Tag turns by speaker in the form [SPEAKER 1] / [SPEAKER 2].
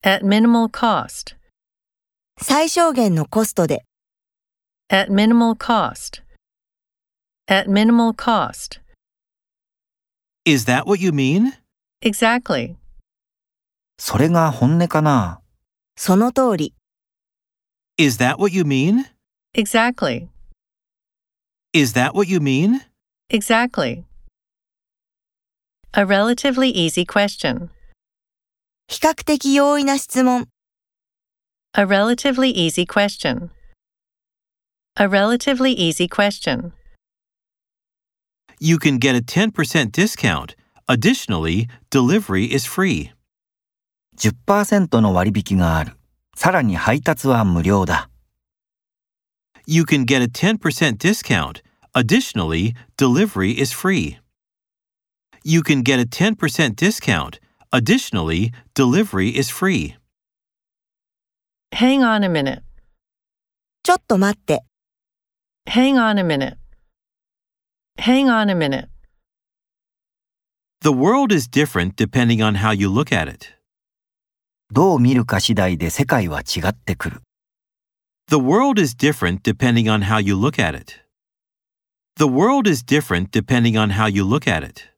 [SPEAKER 1] At minimal cost.
[SPEAKER 2] 最小限のコストで、
[SPEAKER 1] At minimal cost. At minimal cost.
[SPEAKER 3] Is that what you mean?
[SPEAKER 1] Exactly.
[SPEAKER 4] それが本音かな
[SPEAKER 2] その通り、
[SPEAKER 3] Is that what you mean?
[SPEAKER 1] Exactly.
[SPEAKER 3] Is that what you mean?
[SPEAKER 1] Exactly. A relatively easy question.
[SPEAKER 2] 比較的容易な質問、
[SPEAKER 1] A relatively easy question. A relatively easy question.
[SPEAKER 3] You can get a 10% discount. Additionally, delivery is free.
[SPEAKER 4] 10%の割引がある。さらに配達は無料だ。
[SPEAKER 3] You can get a 10% discount. Additionally, delivery is free. You can get a 10% discount. Additionally, delivery is free.
[SPEAKER 1] Hang on a minute.
[SPEAKER 2] ちょっと待って、
[SPEAKER 1] Hang on a minute. Hang on a minute.
[SPEAKER 3] The world is different depending on how you look at it.
[SPEAKER 4] どう見るか次第で世界は違ってくる。
[SPEAKER 3] The world is different depending on how you look at it. The world is different depending on how you look at it.